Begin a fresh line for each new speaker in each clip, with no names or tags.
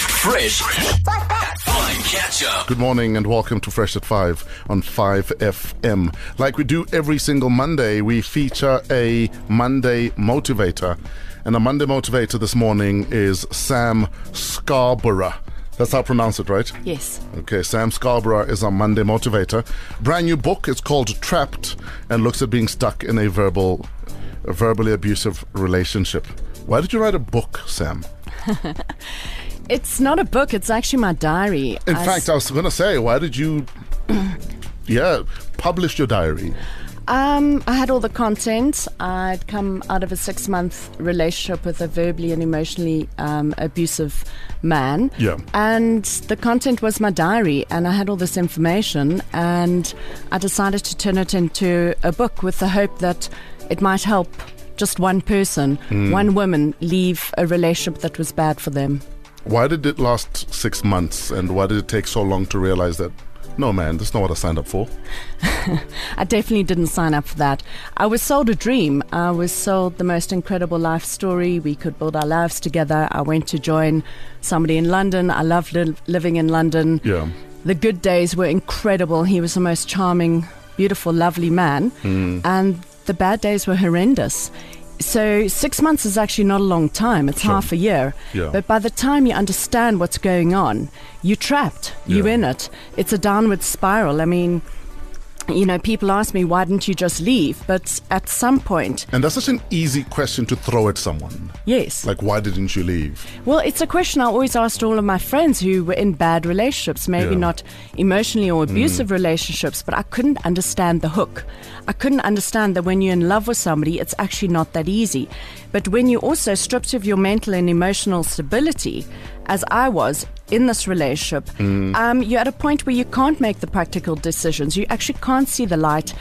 Fresh. Five catch up.
Good morning and welcome to Fresh at 5 on 5FM. Like we do every single Monday, we feature a Monday motivator. And the Monday motivator this morning is Sam Scarborough. That's how I pronounce it, right?
Yes.
Okay, Sam Scarborough is our Monday motivator. Brand new book. It's called Trapped and looks at being stuck in a verbal, a verbally abusive relationship. Why did you write a book, Sam?
It's not a book, it's actually my diary.
In
I s-
fact, I was going to say, why did you, yeah, publish your diary?
um, I had all the content. I'd come out of a six month relationship with a verbally and emotionally um, abusive man.
Yeah.
And the content was my diary, and I had all this information, and I decided to turn it into a book with the hope that it might help just one person,
Hmm.
one woman, leave a relationship that was bad for them.
Why did it last six months, and why did it take so long to realize that? No, man, that's not what I signed up for.
I definitely didn't sign up for that. I was sold a dream. I was sold the most incredible life story. We could build our lives together. I went to join somebody in London. I loved li- living in London.
Yeah,
The good days were incredible. He was the most charming, beautiful, lovely man.
Hmm.
And the bad days were horrendous. So, six months is actually not a long time, it's half a year.
Yeah.
But by the time you understand what's going on, you're trapped, you're
Yeah.
in it. It's a downward spiral. I mean, you know, people ask me, why didn't you just leave? But at some point,
and that's such an easy question to throw at someone.
yes.
Like, why didn't you leave?
Well, it's a question I always asked all of my friends who were in bad relationships, maybe
Yeah.
not emotionally or abusive relationships, but I couldn't understand the hook. I couldn't understand that when you're in love with somebody, it's actually not that easy. But when you're also stripped of your mental and emotional stability, as I was in this relationship, um, you're at a point where you can't make the practical decisions. You actually can't see the light.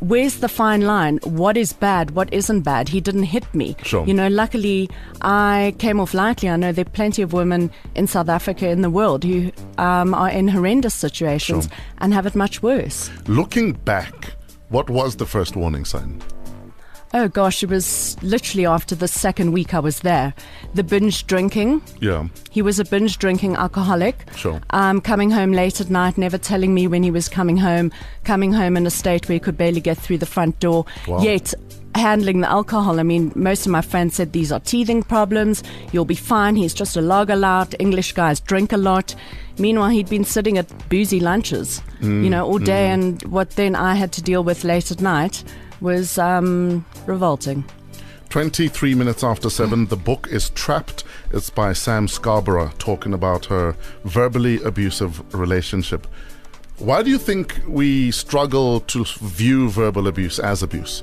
Where's the fine line? What is bad? What isn't bad? He didn't hit me.
Sure.
You know, luckily I came off lightly. I know there are plenty of women in South Africa, in the world, who um, are in horrendous situations and have it much worse.
Looking back, what was the first warning sign?
Oh gosh, it was literally after the second week I was there. The binge drinking.
Yeah,
He was a binge drinking alcoholic.
Sure.
Um, coming home late at night, never telling me when he was coming home, coming home in a state where he could barely get through the front door,
Wow.
yet handling the alcohol. I mean, most of my friends said these are teething problems, you'll be fine, he's just a lager lout, English guys drink a lot. Meanwhile, he'd been sitting at boozy lunches, you know,
Mm,
all day, and what then I had to deal with late at night was um, revolting.
23 minutes after 7, the book is Trapped. It's by Sam Scarborough talking about her verbally abusive relationship. Why do you think we struggle to view verbal abuse as abuse?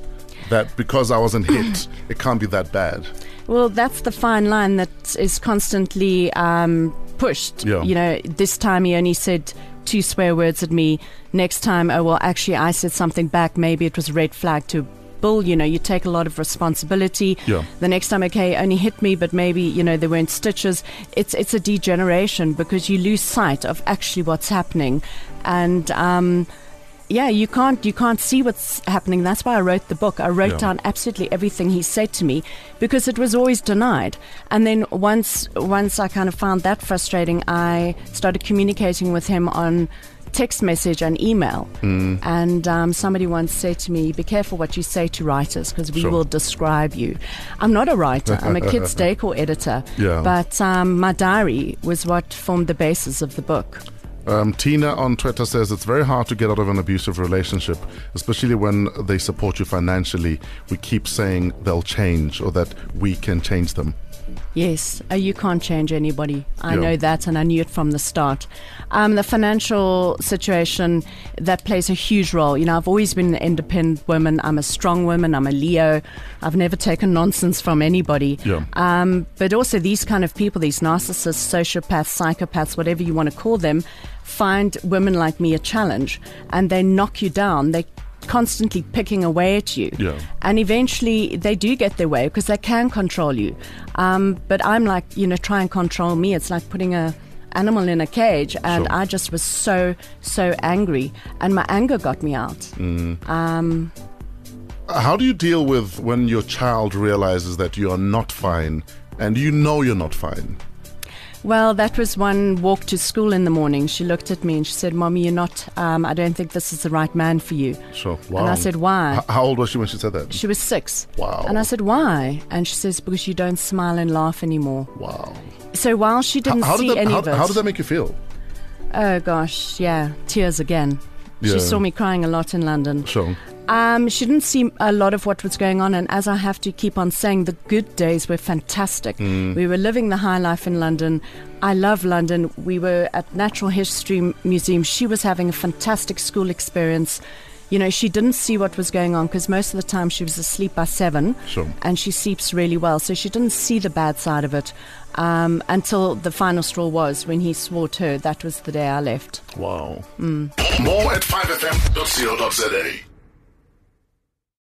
That because I wasn't hit, it can't be that bad.
Well, that's the fine line that is constantly um, pushed.
Yeah.
You know, this time he only said two swear words at me. Next time, oh, well, actually, I said something back. Maybe it was a red flag to Bill. You know, you take a lot of responsibility.
Yeah.
The next time, okay, only hit me, but maybe, you know, there weren't stitches. It's, it's a degeneration because you lose sight of actually what's happening. And, um, yeah, you can't you can't see what's happening. That's why I wrote the book. I wrote
Yeah.
down absolutely everything he said to me because it was always denied. And then once once I kind of found that frustrating, I started communicating with him on text message and email.
Hmm.
And um, somebody once said to me, "Be careful what you say to writers because we
Sure.
will describe you." I'm not a writer. I'm a kids' decor editor.
Yeah.
But um, my diary was what formed the basis of the book.
Um, Tina on Twitter says it's very hard to get out of an abusive relationship, especially when they support you financially. We keep saying they'll change or that we can change them.
Yes, uh, you can't change anybody. I
Yeah.
know that, and I knew it from the start. Um, the financial situation that plays a huge role. You know, I've always been an independent woman. I'm a strong woman. I'm a Leo. I've never taken nonsense from anybody.
Yeah.
Um, but also these kind of people, these narcissists, sociopaths, psychopaths, whatever you want to call them, find women like me a challenge, and they knock you down. They constantly picking away at you
Yeah.
and eventually they do get their way because they can control you. Um, but I'm like, you know, try and control me. It's like putting a animal in a cage, and
Sure.
I just was so so angry, and my anger got me out.
How do you deal with when your child realizes that you are not fine and you know you're not fine?
Well, that was one walk to school in the morning. She looked at me and she said, Mommy, you're not, um, I don't think this is the right man for you.
Sure. Wow.
And I said, Why?
H- how old was she when she said that?
She was six.
Wow.
And I said, Why? And she says, Because you don't smile and laugh anymore.
wow.
So while she
How,
didn't
how
see
did that,
any
how,
of it.
how did that make you feel?
oh, gosh. Yeah. Tears again.
Yeah.
She saw me crying a lot in London.
Sure.
Um, she didn't see a lot of what was going on, and as I have to keep on saying, the good days were fantastic. We were living the high life in London. I love London. We were at Natural History M- Museum. She was having a fantastic school experience. You know, she didn't see what was going on because most of the time she was asleep by seven,
Sure.
and she sleeps really well, so she didn't see the bad side of it um, until the final straw was when he swore to her. That was the day I left.
Wow.
More at 5fm.co.za.